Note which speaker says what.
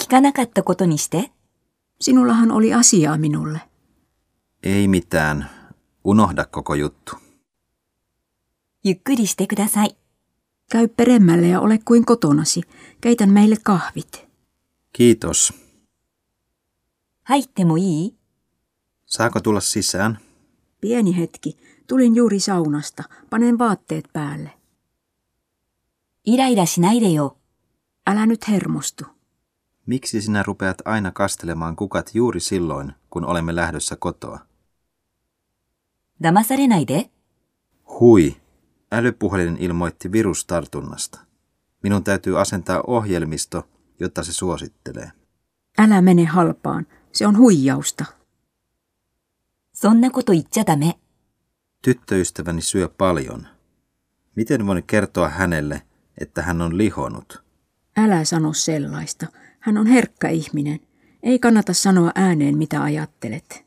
Speaker 1: 聞かなかったことにして。
Speaker 2: Sinullahan oli asiaa minulle.
Speaker 3: Ei mitään. Unohda koko juttu.
Speaker 1: ゆっくりしてください。
Speaker 2: Käy peremmälle ja ole kuin kotonasi. Keitän meille kahvit.
Speaker 3: Kiitos.
Speaker 1: 入ってもいい
Speaker 3: Saako tulla sisään?
Speaker 2: Pieni hetki. Tulin juuri saunasta. Panen vaatteet päälle.
Speaker 1: イライラしないでよ。
Speaker 2: Älä nyt hermostu.
Speaker 3: Miksi sinä rupeat aina kastelemaan kukat juuri silloin, kun olemme lähdössä kotoa?
Speaker 1: 騙されないで。
Speaker 3: Hui. Älypuhelin ilmoitti virustartunnasta. Minun täytyy asentaa ohjelmisto, jotta se suosittelee.
Speaker 2: Älä mene halpaan. Se on huijausta.
Speaker 1: そんなこと言っちゃダメ。
Speaker 3: Tyttöystäväni syö paljon. Miten voin kertoa hänelle, että hän on lihonut?
Speaker 2: Älä sano sellaista. Hän on herkkä ihminen. Ei kannata sanoa ääneen, mitä ajattelet.